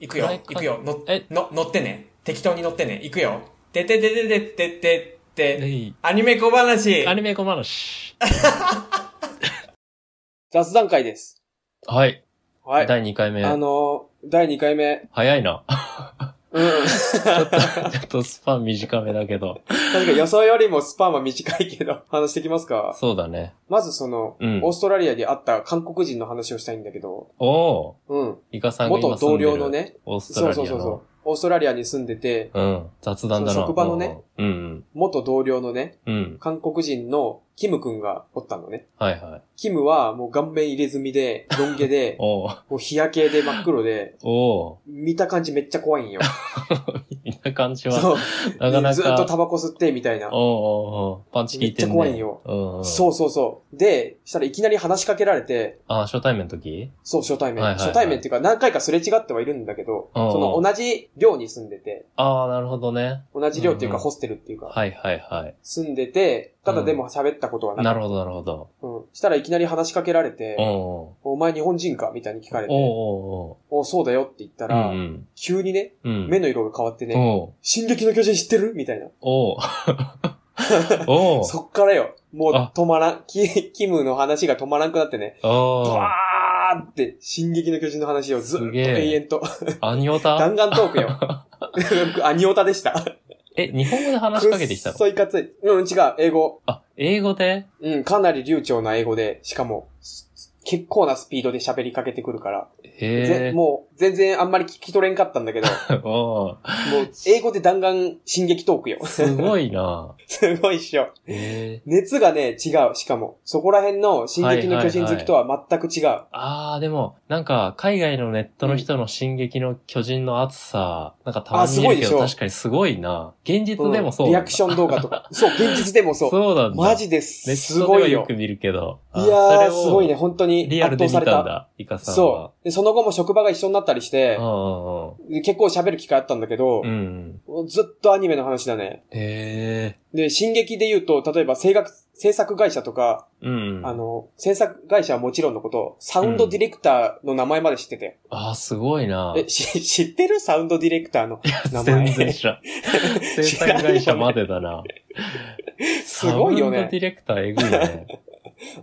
行くよ毎、回行くよ、のえ、の、乗ってね。適当に乗ってね。行くよ。でててててててて、いいアニメ小話。アニメ小話。雑談会です。はい。はい。第2回目。あのー、第2回目。早い な。 うん。確かちょっとスパン短めだけど。に予想よりもスパンは短いけど、話してきますかそうだね。まずその、うんオーストラリアで会った韓国人の話をしたいんだけど、おおうん。ーイカさんが元今住同んでる僚のね、オーストそラうリアその。うそうそう。オーストラリアに住んでて、うん。雑談だそな。の職場のねうん。うん。元同僚のね、うん。うん韓国人のキムくんがおったのね。はいはい。キムはもう顔面入れ墨で、ロン毛 で、おーもう日焼けで真っ黒で、 お見た感じめっちゃ怖 いんよ。ーみんな感じは、そう。なかなか。ずっとタバコ吸って、みたいな。おおおーパンチ効いてんね。めっちゃ怖いんようんうん。そうそうそう。で、したらいきなり話しかけられて、あ、初対面の時そう、初対面。はいはいはい初対面っていうか何回かすれ違ってはいるんだけど、うんうんその同じ寮に住んでて、ああ、なるほどね。同じ寮っていううんうかんホステルっていうか、はいはいはい。住んでて、ただでも喋ったことはななかっるほどなるほど。た。うん。したらいきなり話しかけられてお、おお前日本人かみたいに聞かれおおて、おおそうだよって言ったーら、うん急にね、うん。うん。目の色が変わってね、お進撃の巨人知ってるみたいな。お おおそっからよ、もうあ止まらん、キキムの話が止まらんくなってね、おバーって、進撃の巨人の話をずっとすげえ永遠と、アニオタ弾丸トー クよ。アニオタでした。え、日本語で話しかけてきたのくっそいかつい。うん、違う、英語。あ、英語でうん、かなり流暢な英語で、しかも、す結構なスピードで喋りかけてくるから、へぜえ。もう全然あんまり聞き取れんかったんだけ ど、もおーう英語で弾丸進撃トーク よ。すごいな。すごいっしょ。へえ。熱がね、違う、しかも。そこら辺の進撃の巨人好きとは全く違う。あー、でも、なんか、海外のネットの人の進撃の巨人の熱さ、なんかたまあにす見ごいるでけしど、ょ確かにすごいな。現実うんでもそうリなんアだ。クション動画とか。そう、現実でもそう。そうなんだ。マジでネすッすトごではいよよく。見るけど。あいやー、それをすごいね、本当にリアル圧で倒見さたんれた。だ、イカさんは。そう。で、その後も職場が一緒になったりしてう、ん結構喋る機会あったんだけどうんう、ん。うん。ずっとアニメの話だね。へえ。で、進撃で言うと、例えば制作、制作会社とか、うん。あの、制作会社はもちろんのこと、サウンドディレクターの名前まで知ってて。あー、すごいな。え、し知ってるサウンドディレクター の名全然前。知ら ん。制作会社までだな。すごいよねサウンドディレクターえぐいね。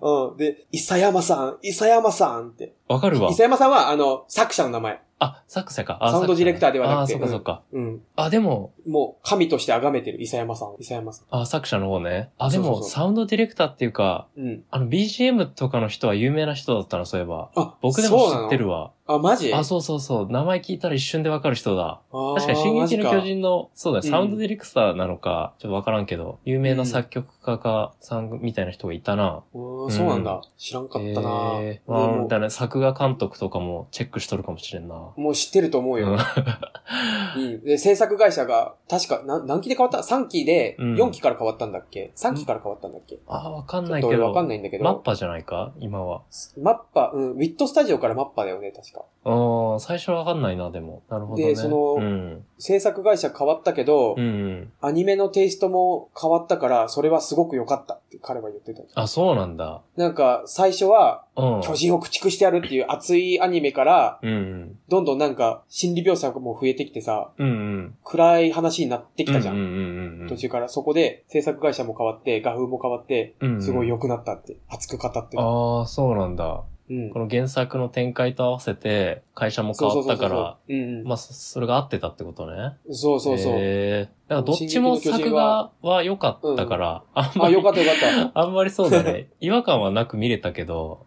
うん。で、伊佐山さん、伊佐山さんって。わかる伊 わ佐。山さんは、あの、作者の名前。あ、作者か。あサウンドディレクターではなくてあー、そっかそっか。うん。あ、でも、もう、神として崇めてる、伊佐山さん。伊佐山さあ、作者の方ね。あ、でそうも、そうそうサウンドディレクターっていうか、ん。うん。あの、BGM とかの人は有名な人だったの、そういえば。あ、僕でそうもな知のってるわ。あ、マジあ、そうそうそう。名前聞いたら一瞬でわかる人だ。あー確かに、進撃の巨人の、そうだね、うんサウンドディレクターなのか、ちょっとわからんけど、有名な作曲家か、さんみたいな人がいたな。マジかうーんそうなんだ。知らんかったなぁえーでまあ、もみたいな、作画監督とかもチェックしとるかもしれんな。もう知ってると思ううよん。 うん。で、制作会社が、確か、な何期で変わった ?3 期で、うん4期から変わったんだっけ ?3 期から変わったんだっけ、あー、わかんちょなっいとけ俺ど。わかんないんだけど。マッパじゃないか今は。マッパ、うん、ウィットスタジオからマッパだよね、確か。ああ、最初はわかんないな、でも。なるほどね。でそのうん。制作会社変わったけど、うんうん。アニメのテイストも変わったから、それはすごく良かったって彼は言ってた。あ、そうなんだ。なんか、最初は、うん。巨人を駆逐してやるっていう熱いアニメから、うんうん。どんどんなんか、心理描写も増えてきてさ、うんうん。暗い話になってきたじゃうんん。うんうんうん。途中から、そこで制作会社も変わって、画風も変わって、うんうんすごい良くなったって、熱く語ってた。ああ、そうなんだ。うんこ。の原作の展開と合わせて、会社も変わったから、そうそうそうそう。うんうんまあ、そそれが合ってたってことね。そうそうそう。へーだからどっちも作画は良かったから、あん まあ、りよ、かったよかった。うん。 あんまりそう だね。違和感はなく見れたけど、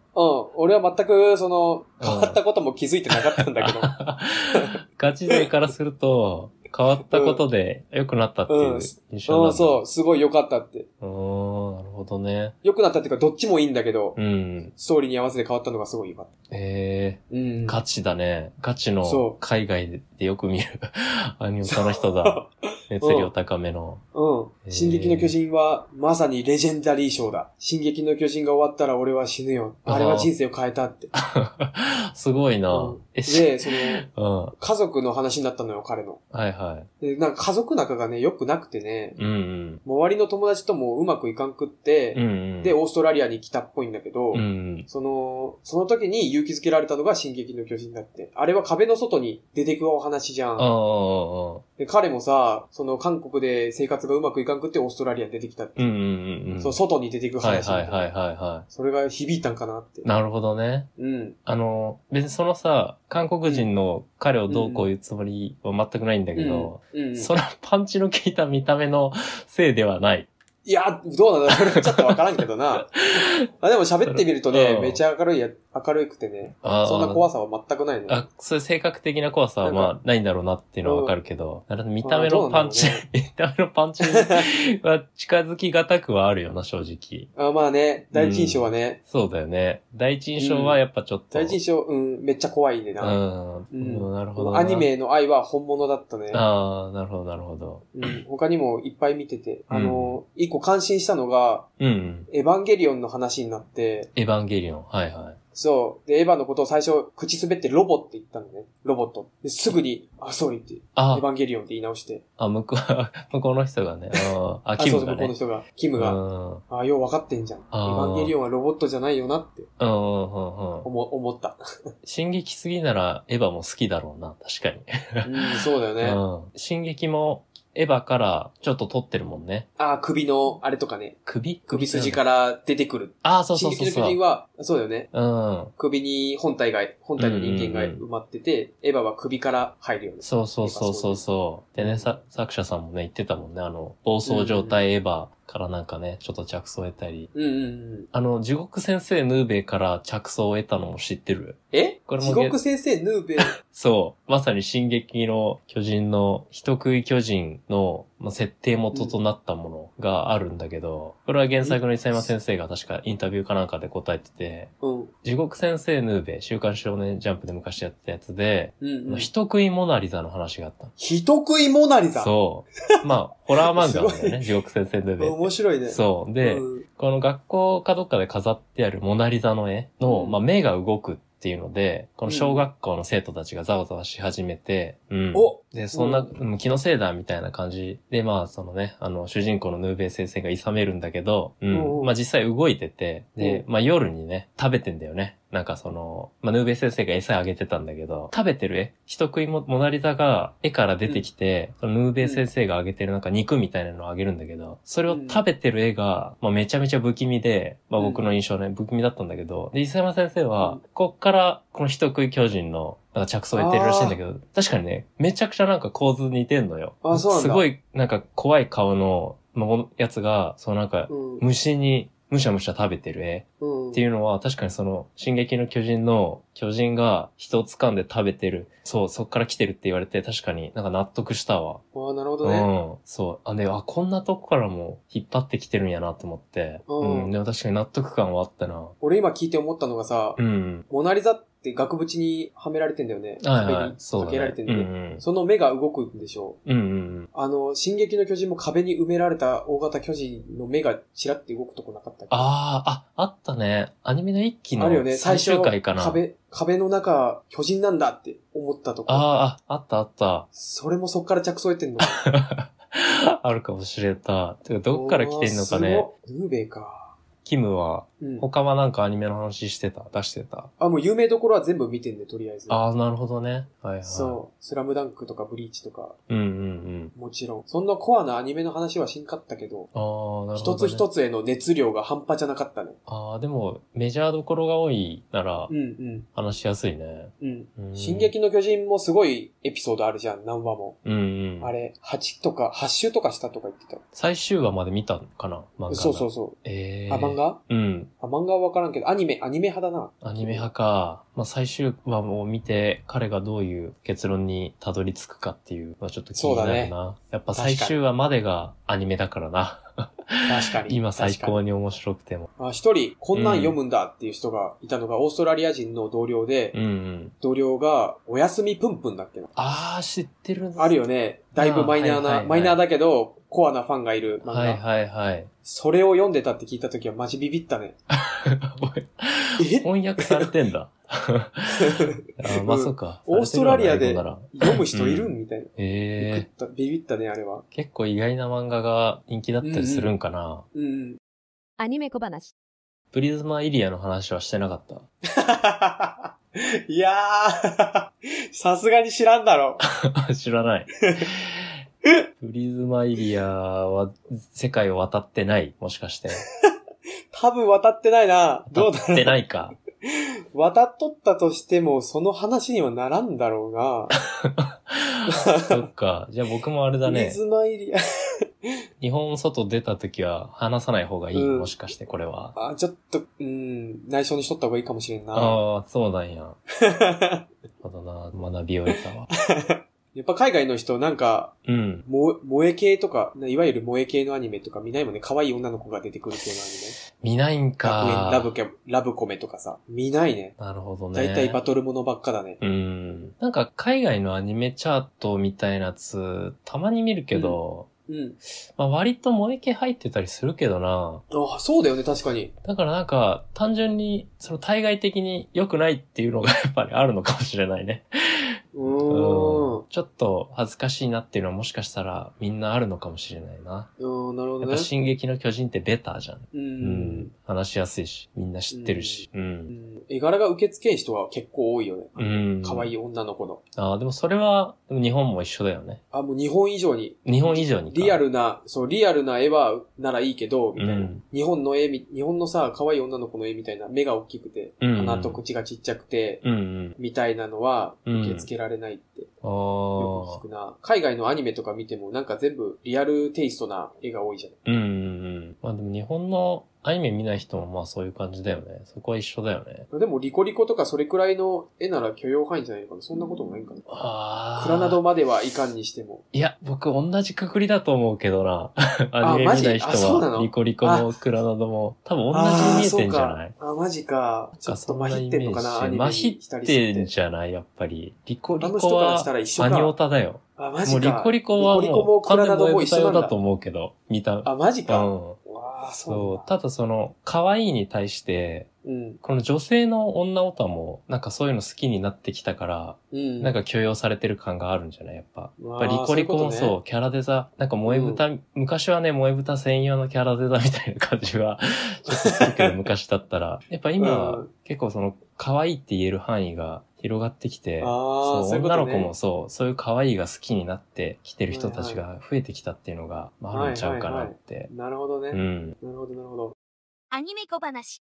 俺は全く、その、うん変わったことも気づいてなかったんだ けど。ガチ勢からすると、変わったことで良くなったっていう印象なんだ。うん、そう、すごい良かったって。うーん、なるほどね。良くなったっていうか、どっちもいいんだけど、うん。ストーリーに合わせて変わったのがすごい良かった。ええうん。ガチだね。ガチそのう 海外でよく見るアニメの人だ。熱量高めの。うん。進撃の巨人は、まさにレジェンダリー賞だ。進撃の巨人が終わったら俺は死ぬよ。あれは人生を変えた って。すごいな、うんえ、し、で、その、うん。は家族の話になったのよ、彼の。いはで、なんか家族仲がね、良くなくてね、い。うん周りの友達ともうまくいかんくっうん。うて、んうん。で、オーストラリアに来たっぽいんだけど、うんうん。その、その時に勇気づけられたのが進撃の巨人だって。あれは壁の外に出てくお話じゃああ、ああん。で、彼もさ、その韓国で生活がうまくいかんくってオーストラリアに出てきたって。うんうんうんうん。そう、外に出てくはい話。はいはいはいはそれが響いたんかなってい。。なるほどね。うん。あの、別にそのさ、韓国人の彼をどうこう言うつもりは全くないんだけど、うん。そのパンチの効いた見た目のせいではない。いや、どうなんだろう。 俺ちょっとわからんけど な。あでも喋ってみるとねう、んめちゃ明るいや、明るくてね。あーそんな怖さは全くないの。あ、そういう性格的な怖さはなんまあないんだろうなっていうのはわかるけど、なるほど見た目うのんパンチ、どうなん 見た目のパンチは近づきがたくはあるよな、正直。あまあね、第一印象はね、そうだよね。第一印象はやっぱちょっと。第一印象、うん、めっちゃ怖いねうな。ん。うんなるほどな。アニメの愛は本物だったね。ああ、なるほど、なるほど。うん、他にもいっぱい見てて。あの、一個感心したのが、うん。エヴァンゲリオンの話になって、エヴァンゲリオン。はいはい。そう。で、エヴァのことを最初、口滑ってロボって言ったのね。ロボット。ですぐに、あ、そう言って、エヴあ、ァンゲリオンって言い直して。あ、向こう、 向こうの人がね。あー、ああ、キそうムそう、が向こうのね。人が、キムうん。うが、ん。うん。あ、よう分かってんじゃん。エヴあーァンゲリオンはロボットじゃないよなってうん。うん。思思った。 進撃すぎならエヴァも好きだろうな。確かに。うん、そうだよね。うん。進撃もエヴァからちょっと撮ってるもんね。あ、首の、あれとかね。首首筋から出てくる。ああ、そうそ進う撃のそうそ巨人う。は、そうだよね。うん。首に本体が、本体の人間がうんうんう埋まってて、エヴァは首から入るよね。そうそうそうそうそう。でね、さ、作者さんもね、言ってたもんね。あの、暴走状態エヴァからなんかね、ちょっと着想を得たり。うんうんうん。あの、地獄先生ヌーベイから着想を得たのも知ってる。えこれも地獄先生ヌー ベイ。そう。まさに進撃の巨人の、人食い巨人の、まあ、設定元となったものがあるんだけど、これは原作の伊佐山先生が確かインタビューかなんかで答えてて、うん。地獄先生ヌーベイ、週刊少年ジャンプで昔やってたやつで、うん、うん。人食いモナリザの話があったの人食いモナリザ。そう。まあ、ホラー漫画なん だすごよね、地獄先生ヌーベイって。面白いね。そう。で、うんこの学校かどっかで飾ってあるモナリザの絵の、うんまあ、目が動くっていうので、この小学校の生徒たちがざわざわし始めて、うんおで、そんな、ううん気のせいだみたいな感じで、まあ、そのね、あの、主人公のヌーベイ先生が諌めるんだけど、ううんうんん、まあ実際動いてて、で、まあ夜にね、食べてんだよね。なんかその、まあヌーベイ先生が餌あげてたんだけど、食べてる絵、人食いも、モナリザが絵から出てきて、そのヌーベイ先生があげてるなんか肉みたいなのをあげるんだけど、それを食べてる絵が、まあめちゃめちゃ不気味で、まあ僕の印象ね、不気味だったんだけど、で、伊佐山先生うはん、こっから、この人食い巨人の、なんか着想を得てるらしいんだけど、確かにね、めちゃくちゃなんか構図似てんのよ。あそうなんだすごい、なんか怖い顔の、もやつが、そうなんか、うん。虫に、むしゃむしゃ食べてる絵うん。っていうのは、確かにその、進撃の巨人の、巨人が人を掴んで食べてる、そう、そっから来てるって言われて、確かになんか納得したわ。ああ、なるほどうね。ん。そう。あ、で、あ、こんなとこからも引っ張ってきてるんやなと思って。うんうん。でも確かに納得感はあったな。俺今聞いて思ったのがさ、うん。モナリザって額縁にはめられてんだよね。はい壁はいに。そうだかけられてんだね。ようね。んその目が動くんでしょう。うん。うんうんうん。あの、進撃の巨人も壁に埋められた大型巨人の目がちらって動くとこなかったっけああ、あ、あったね。アニメの一期のあるよね、最最初終回かな。壁、壁の中、巨人なんだって思ったとこ。ああ、あったあった。 それもそっから着想得てんの。あるかもしれた。てか、 どっから来てんのかね。おー。すごいヌーベイか。キムは、うん。他はなんかアニメの話してた、出してた。あ、もう有名どころは全部見てんで、とりあえず。ああ、なるほどね。はいはい。そう。スラムダンクとかブリーチとか、う。うんうんもちろん。そんなコアなアニメの話はしんかったけど、うん。ああ、なるほ一ど、つね。一つへの熱量が半端じゃなかったね。ああ、でも、メジャーどころが多いならう、ん話しやすいね。うん。うん。うん進撃の巨人もすごいエピソードあるじゃん、何話も。うんうん。あれ、8とか、8周とかしたとか言って最終話まで見たのかな漫画た。の。そうそうう。そう。ええー。あ、漫画うん。あ、漫画はわからんけど、アニメ、アニメ派だな。アニメ派か。まあ、最終話を見て、彼がどういう結論にたどり着くかっていうのはちょっと気になるそうな。だねやっぱ最終話までがアニメだからな。確かに。今最確か高に面白くても。に。あ一人、こんなん読むんだっていう人がいたのが、オーストラリア人の同僚で、うんうん。同僚が、おやすみぷんぷんだっけな。あー、知ってるなあるよね。だいぶマイナーあーはいはいな、はいマイナーだけど、コアなファンがいる漫画。はいはいはい。 それを読んでたって聞いた時はマジビビったね。え翻訳されてんだ。あまあ、うんそうか。オーストラリアでされてるわな英語なら読む人いるんみたいな。ビビっええた、ビビったね、あれは。結構意外な漫画が人気だったりするんかな。うんうん。 アニメ小話。プリズマイリアの話はしてなかった。いやー、さすがに知らんだろ。 知ら ない。プリズマイリアは世界を渡ってないもしかして。多分渡ってないな。 どうだ渡ってな いか。渡っとったとしても、その話にはならんだろうそっか。じゃあ僕もあれだな。ね。水の入り、日本外出た時は話さない方がいい。うんもしかしてこれは。あ、ちょっと、うん、内緒にしとった方がいいかもしれんな。ああ、そうなんや。まだな、学び終えたわ。 やっぱ海外の人、なんか、うん。萌え萌え系とか、いわゆる萌え系のアニメとか見ないもんね。可愛い女の子が出てくる系のアニメ。見ないん学園ラかブ。ケ、ラブコメとかさ。見ないね。なるほどね。だいたいバトルものばっかだね。うん。なんか海外のアニメチャートみたいなやつ、たまに見るけど、うん。まあ割と萌え系入ってたりするけどな。あ、そうだよね、確かに。だからなんか、単純に、その対外的に良くないっていうのが やっぱりあるのかもしれないね。ううん。ーん。ちょっと恥ずかしいなっていうのはもしかしたらみんなあるのかもしれないな。うん、なるほどやっねぱ。進撃の巨人ってベターじゃん。う。。うん話しやすいし、みんな知ってるし。うん。絵柄が受付人は結構多いよね。うん。可愛い。い女の子の。ああ、でもそれは、でも日本も一緒だよね。あ、もう日本以上に、日本以上にか。リアルな、そう、リアルな絵は、ならいいけど、みたいな。うん日本の絵み、日本のさ、可愛い女の子の絵みたいな、目が大きくて、うんうん鼻と口がちっちゃくて、うんうん。みたいなのは、うん受け付けられないって、あよくあ聞。くな。海外のアニメとか見ても、なんか全部リアルテイストな絵が多いじゃん。うんうんうん。まあでも日本のアニメ見ない人もまあそういう感じだよね。そこは一緒だよね。でも、リコリコとかそれくらいの絵なら許容範囲じゃないのかな。そんなこともないんかな。ああ。クラナドまではいかんにしても。いや、僕同じくくりだと思うけどな。 あアニメマ見ジない人あそうなは、のリコリコもクラナドも、多分同じに見えてんじゃないあーそうかあ、マジか。ちょっと麻痺ってんのかな、アそニんメなイメーにジ麻浸痺っりてんすぎて。じゃないやっぱり。リコリ他のコ人からはしたら一緒アかニオタだよ。あ、マジもか。うリコリコはリコリコもうもク完ラ全ナド燃もえ一緒豚用なんだだと。思うけど、見た。うん。あ、マジか。そわあ、そうう。なんだ。ただその、可愛いに対して、うん。この女性の女オタも、なんかそういうの好きになってきたから、うん。なんか許容されてる感があるんじゃないやっぱ。うやっわぱー、リコリコもそう、いこキャラデザ、なんか萌え豚、昔はね、萌え豚専用のキャラデザ みたいな感じは、ちょっとするけど、昔だったら。やっぱ今、うん結構その、可愛いって言える範囲が広がってきて、とねああ、そうそういうこと女ねの子もそう、そういう可愛いが好きになってきてる人たちが増えてきたっていうのが、まあ、あるんちゃうかなって。なるほどね。うなるん。ほど、なるほど。アニメ小話。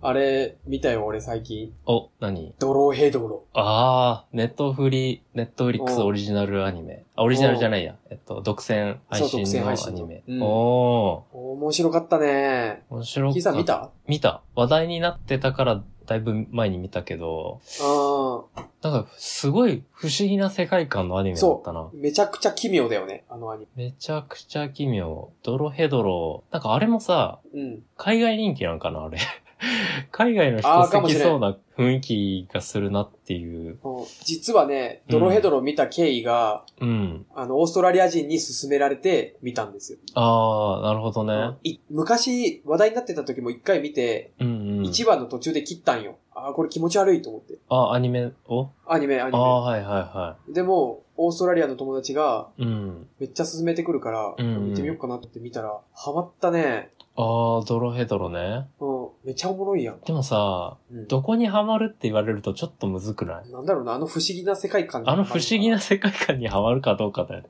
あれ、見たよ、俺最近。お、何ドロヘドロ。ああ、ネットフリ、ネットフリックスうんオリジナルアニメ。あ、オリジナルじゃないや。えっと、独占配そう信独占のア配信ニメ。うんお面白かったね。ー、面白かった。キーさん見た見た。話題になってたから、だいぶ前に見たけど、あなんか、すごい不思議な世界観のアニメだったなあ。。めちゃくちゃ奇妙だよね、あのアニめちゃくちゃ奇妙。ドロヘドロ。なんかあれもさ、メ。うん。海外人気なんかな、あれ。 海外の人あーか好もきしれんそうな雰囲気がするなっていう。うん実はね、ドロヘドロ見た経緯が、うん。あの、オーストラリア人に勧められて見たんですよ。ああ、なるほどね。い昔、話題になってた時も一回見て、うんうん。一話の途中で切ったんよ。ああ、これ気持ち悪いと思って。あ、アニメをアニメ、アニああ、メ。はいはいはでも、オーストラリアの友達がい。うん。めっちゃ勧めてくるから、うんうん見てみようかなって見たら、ハマったね。ああ、ドロヘドロね。うん、めっちゃおもろいやん。でもさ、うん、どこにハマるって言われるとちょっとむずくないなんだろうな、あの不思議な世界観あの不思議な世界観にハマるかどうかだ よね。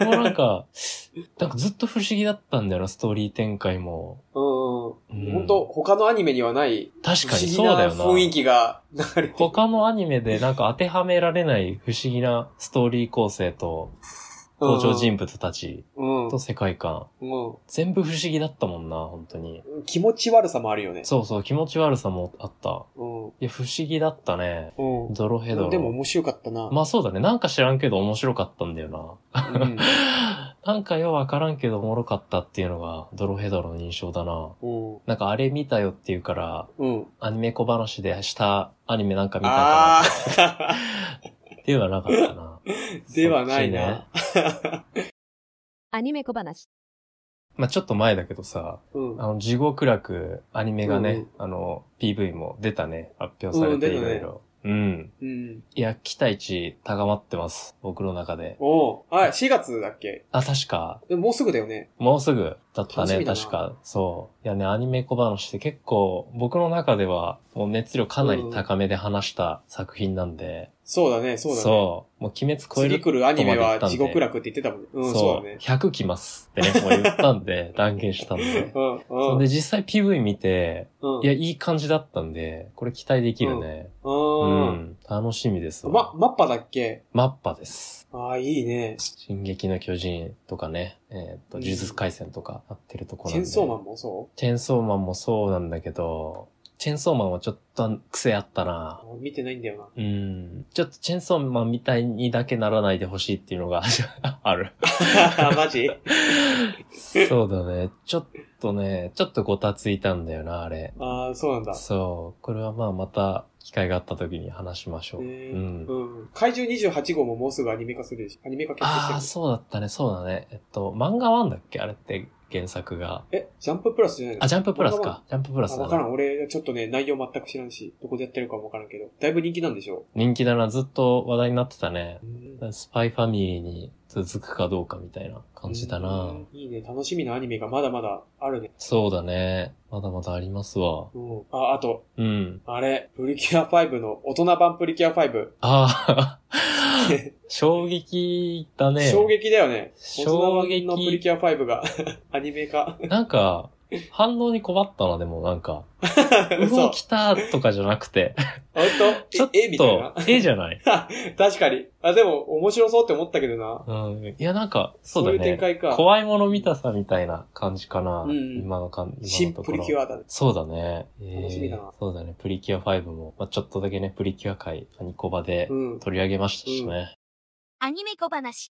僕もなんか、なんかずっと不思議だったんだよな、ストーリー展開も。うん、うん本当他のアニメにはない、確不か思に議そうだなよな。雰囲気が流れてる他のアニメでなんか当てはめられない不思議なストーリー構成と登場人物たちうん、と世界観。うん全部不思議だったもんな、本当に。うん気持ち悪さもあるよね。そうそう、気持ち悪さもあった。うん。いや、不思議だったね。うん。ドロヘドロ。でも面白かったな。まあそうだね。なんか知らんけど面白かったんだよう んな。なんかようわからんけどおもろかったっていうのが、ドロヘドロの印象だな。うん。なんかあれ見たよっていうから、うん。アニメ小話でしたアニメなんか見たあかあらっていうのはなかったな。ー、 ではないな。アニメ小話。まあちょっと前だけどさ、うん。あの、地獄楽アニメがね、うんうんあの、PV も出たね、発表されてうん出いたろねいろ。うん。うん。いや、期待値高まってます。僕の中で。おうあ、4月だっけあ、確か。でももうすぐだよね。もうすぐだった楽しね、みだな確か。そう。いやね、アニメ小話って結構、僕の中では、もう熱量かなり高めで話した作品なんで。そうだね、そうだね。そう。もう鬼滅超える次来るアニメとまで言ったはん地で獄楽って言ってたもんね。うん、そうだそうね。 100来ますってね、もう言った んで、断言したんで。うん、そうんんで実際 PV 見て、うん。いや、いい感じだったんで、これ期待できるね。ううん。ん。楽しみですわ。ま、マッパだっけマッパです。ああ、いいね。進撃の巨人とかね、えーっと、うん呪術廻戦とかやってるところチェンソーマンもそチェンソーマンもそうなんだけど、チェンソーマンはちょっと癖あったな。う見てないんだようん。ちょっとチェンソーマンみたいにだけならないでほしいっていうのが ある。な。 マジそうだね。ちょっとね、ちょっとごたついたんだよな、あれ。ああ、そうなんだ。そう。これはまあまた機会があった時に話しましょう。ねうん。うん。怪獣28号ももうすぐアニメ化するでしょ。アニメ化決定してああ、るそうだったね、そうだね。えっと、漫画ワンだっけあれって原作が。え、ジャンププラスじゃないのあ、ジャンププラス漫画はか。ジャンププラスあだわからな。ん。俺、ちょっとね、内容全く知らんし、どこでやってるかもわからんけど。だいぶ人気なんでしょ人気だな、ずっと話題になってたね。うんスパイファミリーに続くかどうかみたいな感じだな。うんいいね。楽しみなアニメがまだまだあるね。そうだね。まだまだありますわ。うん。あ、あと、うん。あれ、プリキュア5の、大人版プリキュア5。ああ、 衝撃だね。衝撃だよね。大衝人版撃のプリキュア5が アニメ化。なんか、反応に困ったな、でもなん か。うそわ、う。来たとかじゃなくて。本ちょっ当え、えみたいなと。、ええじゃない。確かに。あ、でも、面白そうって思ったけどな。うん。いや、なんか、そうそうだいう展ね。開か。怖いもの見たさみたいな感じかな。うんうん今の感じ。新今のとプこリろキュアだね。そうだね。楽しみだなえーそうだね。プリキュア5も、まあ、ちょっとだけね、プリキュア界、アニコバでうん。取り上げましたしね。アニメ小話。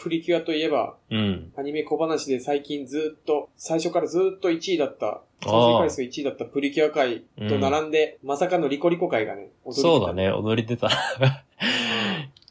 プリキュアといえば、うん。アニメ小話で最近ずっと、最初からずっと1位だった、再生回数1位だったプリキュア界と並んで、まさかのリコリコ界がね、踊り出たそうだ。ね、踊り出た。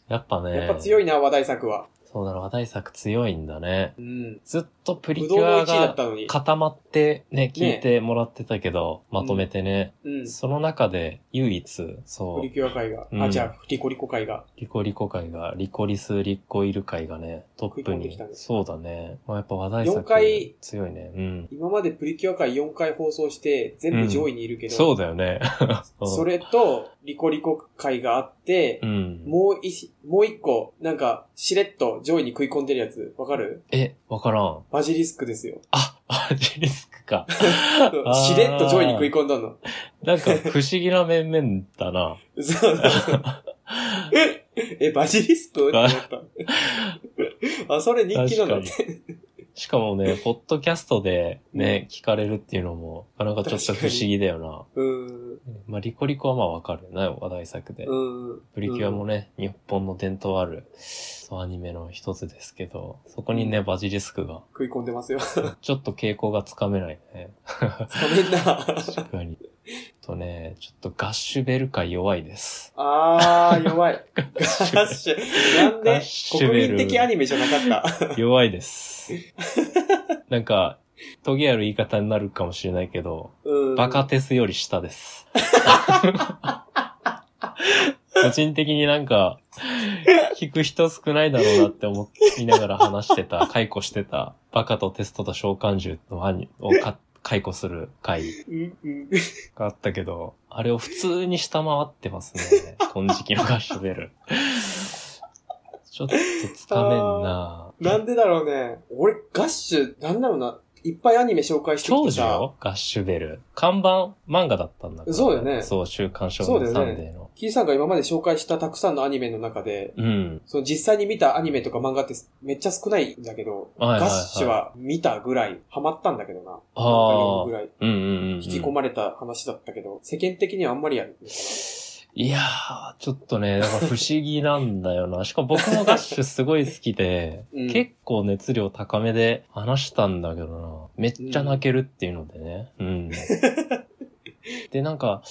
やっぱね。やっぱ強いな、話題作は。そうだな、話題作強いんだね。うん。ずっとプリ不キ動のュ1ア位だっがたのに。固まってね、ね聞いてもらってたけど、まとめてね、うん。その中で唯一、プそうリ、キュア界が。うあ、んじゃあ、リコリコ界が。リコリコ会が、リコリス、リコイル会がね、トップ食い込んでにきた。ねそうだね。まあ、やっぱ話題作四回強いね。うん。今までプリキュア界4回放送して、全部上位にいるけど、そうだよね。 それと、リコリコ界があって、 うん。もう一、もう一個、なんか、しれっと上位に食い込んでるやつ、わかるえ、わからん。バジリスクですよ。あ、アジリスクか。ーしれっと上位に食い込んだの。 なんか不思議な面々だな。そうそうそう。え、バジリスクって思っ た。あ、それ人気なの確かしか もね、ポッドキャストでね、聞かれるっていうのも、なかなかちょっと不思議だようーん。な。まあ、リコリコはまあわかるな、話題作で。うん。プリキュアもね、日本の伝統ある、そう、アニメの一つですけど、そこにね、バジリス クが、食い込んでますよ。ちょっと傾向がつかめないね。つかめんな。確かに。とね、ちょっとガッシュベル界弱いです。あー、弱い。ガッシガュッシュ。なんガでッシュ国ベル民的アニメじゃなかった。弱いです。なんか、トゲある言い方になるかもしれないけど、うん。バカ。テスより下です。個人的になんか、聞く人少ないだろうなって思いながら話してた、解雇してた、バカとテストと召喚獣の兄をか解雇する回うん、うん。があったけど、あれを普通に下回ってますね。金色のガッシュベル。ちょっとつかめんななんでだろうね。俺、ガッシュ、なんだろうな。いっぱいアニメ紹介してき長て寿さ。よガッシュベル。看板漫画だったんだから。そうだよねそう、週刊少そうだ年よねサンデーの。キーさんが今まで紹介したたくさんのアニメの中で、うん。その実際に見たアニメとか漫画ってめっちゃ少ないんだけど、はいはいはいガッシュは見たぐらい、ハマったんだけどな。なんあーか読むぐらい、うんうんうんう引ん。き込まれた話だったけど、世間的にはあんまりやる。いやー、ちょっとね、だから不思議なんだよな。 しかも僕もガッシュすごい好きで、うん結構熱量高めで話したんだけどな。めっちゃ泣けるっていうのでね。うん。 で、なんか、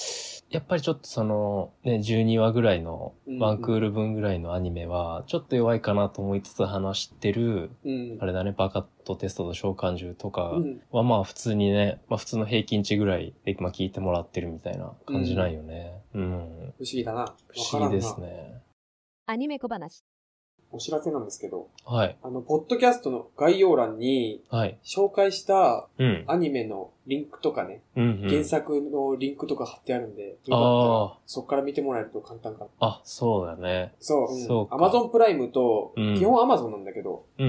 やっぱりちょっとその、ね、12話ぐらいの、うんワンクール分ぐらいのアニメは、ちょっと弱いかなと思いつつ話してる、うんあ。れだね、バカットテストと召喚獣とか、うんはまあ普通にね、まあ普通の平均値ぐらいで、まあ聞いてもらってるみたいな感じなんよね。うん。不思議だな。わ不から思ん議なですね。アニメ小話。お知らせなんですけど、はい。あの、ポッドキャストの概要欄に、はい。紹介したうん。アニメのリンクとかね、うん、うん。原作のリンクとか貼ってあるんで、よかったあら、そっから見てもらえると簡単かな。あ、そうだね。そう。そうかアマゾンプライムと、うん基本アマゾンなんだけど、うん、う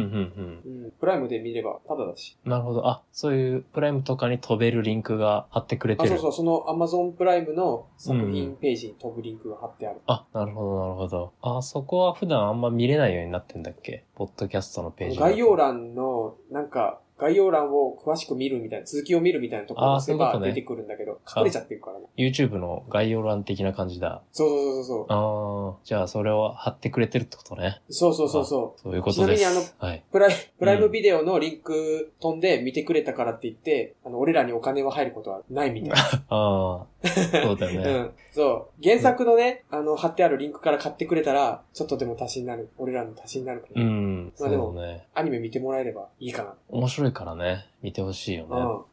ん、うん、プライムで見ればタダだし。うん。なるほど。あ、そういうプライムとかに飛べるリンクが貼ってくれてあ、る。そうそう、そのアマゾンプライムの作うん品ページに飛ぶリンクが貼ってある。あ、なるほど、なるほど。あ、そこは普段あんま見れないようになってんだっけポッドキャストのページ。概要。欄の、なんか、概要欄を詳しく見るみたいな、続きを見るみたいなところあをー押せばそういうことね出てくるんだけど、隠れちゃってるからね。 YouTube の概要欄的な感じだ。そうそうそうそああ、じゃあそれを貼ってくれてるってことね。う。そうそうそうそう。そういうことでちなみにす。はい。プライ、プライムビデオのリンク飛んで見てくれたからって言って、あの、俺らにお金は入ることはないみたいな。 ああ、そうだうね。ん。そう。原作のね、あの、貼ってあるリンクから買ってくれたら、ちょっとでも足しになる。俺らの足しになるから。うん、まそあうでもだね。アニメ見てもらえればいいかな。面白いからね、見てほしいよ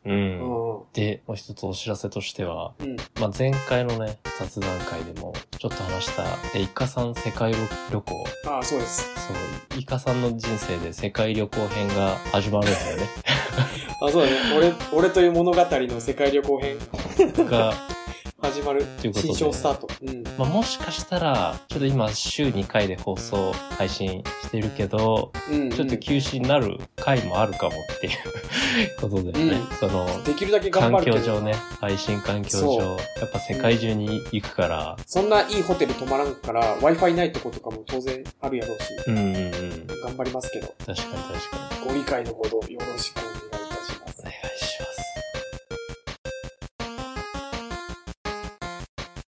ね。ううん。ん。うん。で、もう一つお知らせとしては、うんまあ、前回のね、雑談会でもちょっと話した、えイカさん世界旅行、ああ、そうです。そう、イカさんの人生で世界旅行編が始まるんだよ ね。あ、そうだね。俺、俺という物語の世界旅行編が、始まるということで新章スタート。うん。まあ、もしかしたら、ちょっと今週2回で放送配信してるけど、うん、うん。ちょっと休止になる回もあるかもっていうことでね、うんその、できるだけ頑張環るけど。境上ね、配信環境そう上、やっぱ世界中に行くから、そんないいホテル泊まらんから、Wi-Fi ないとことかも当然あるやろうし、うんうんうん、確頑張りますけど、かに確かに。ご理解のほどよろしくお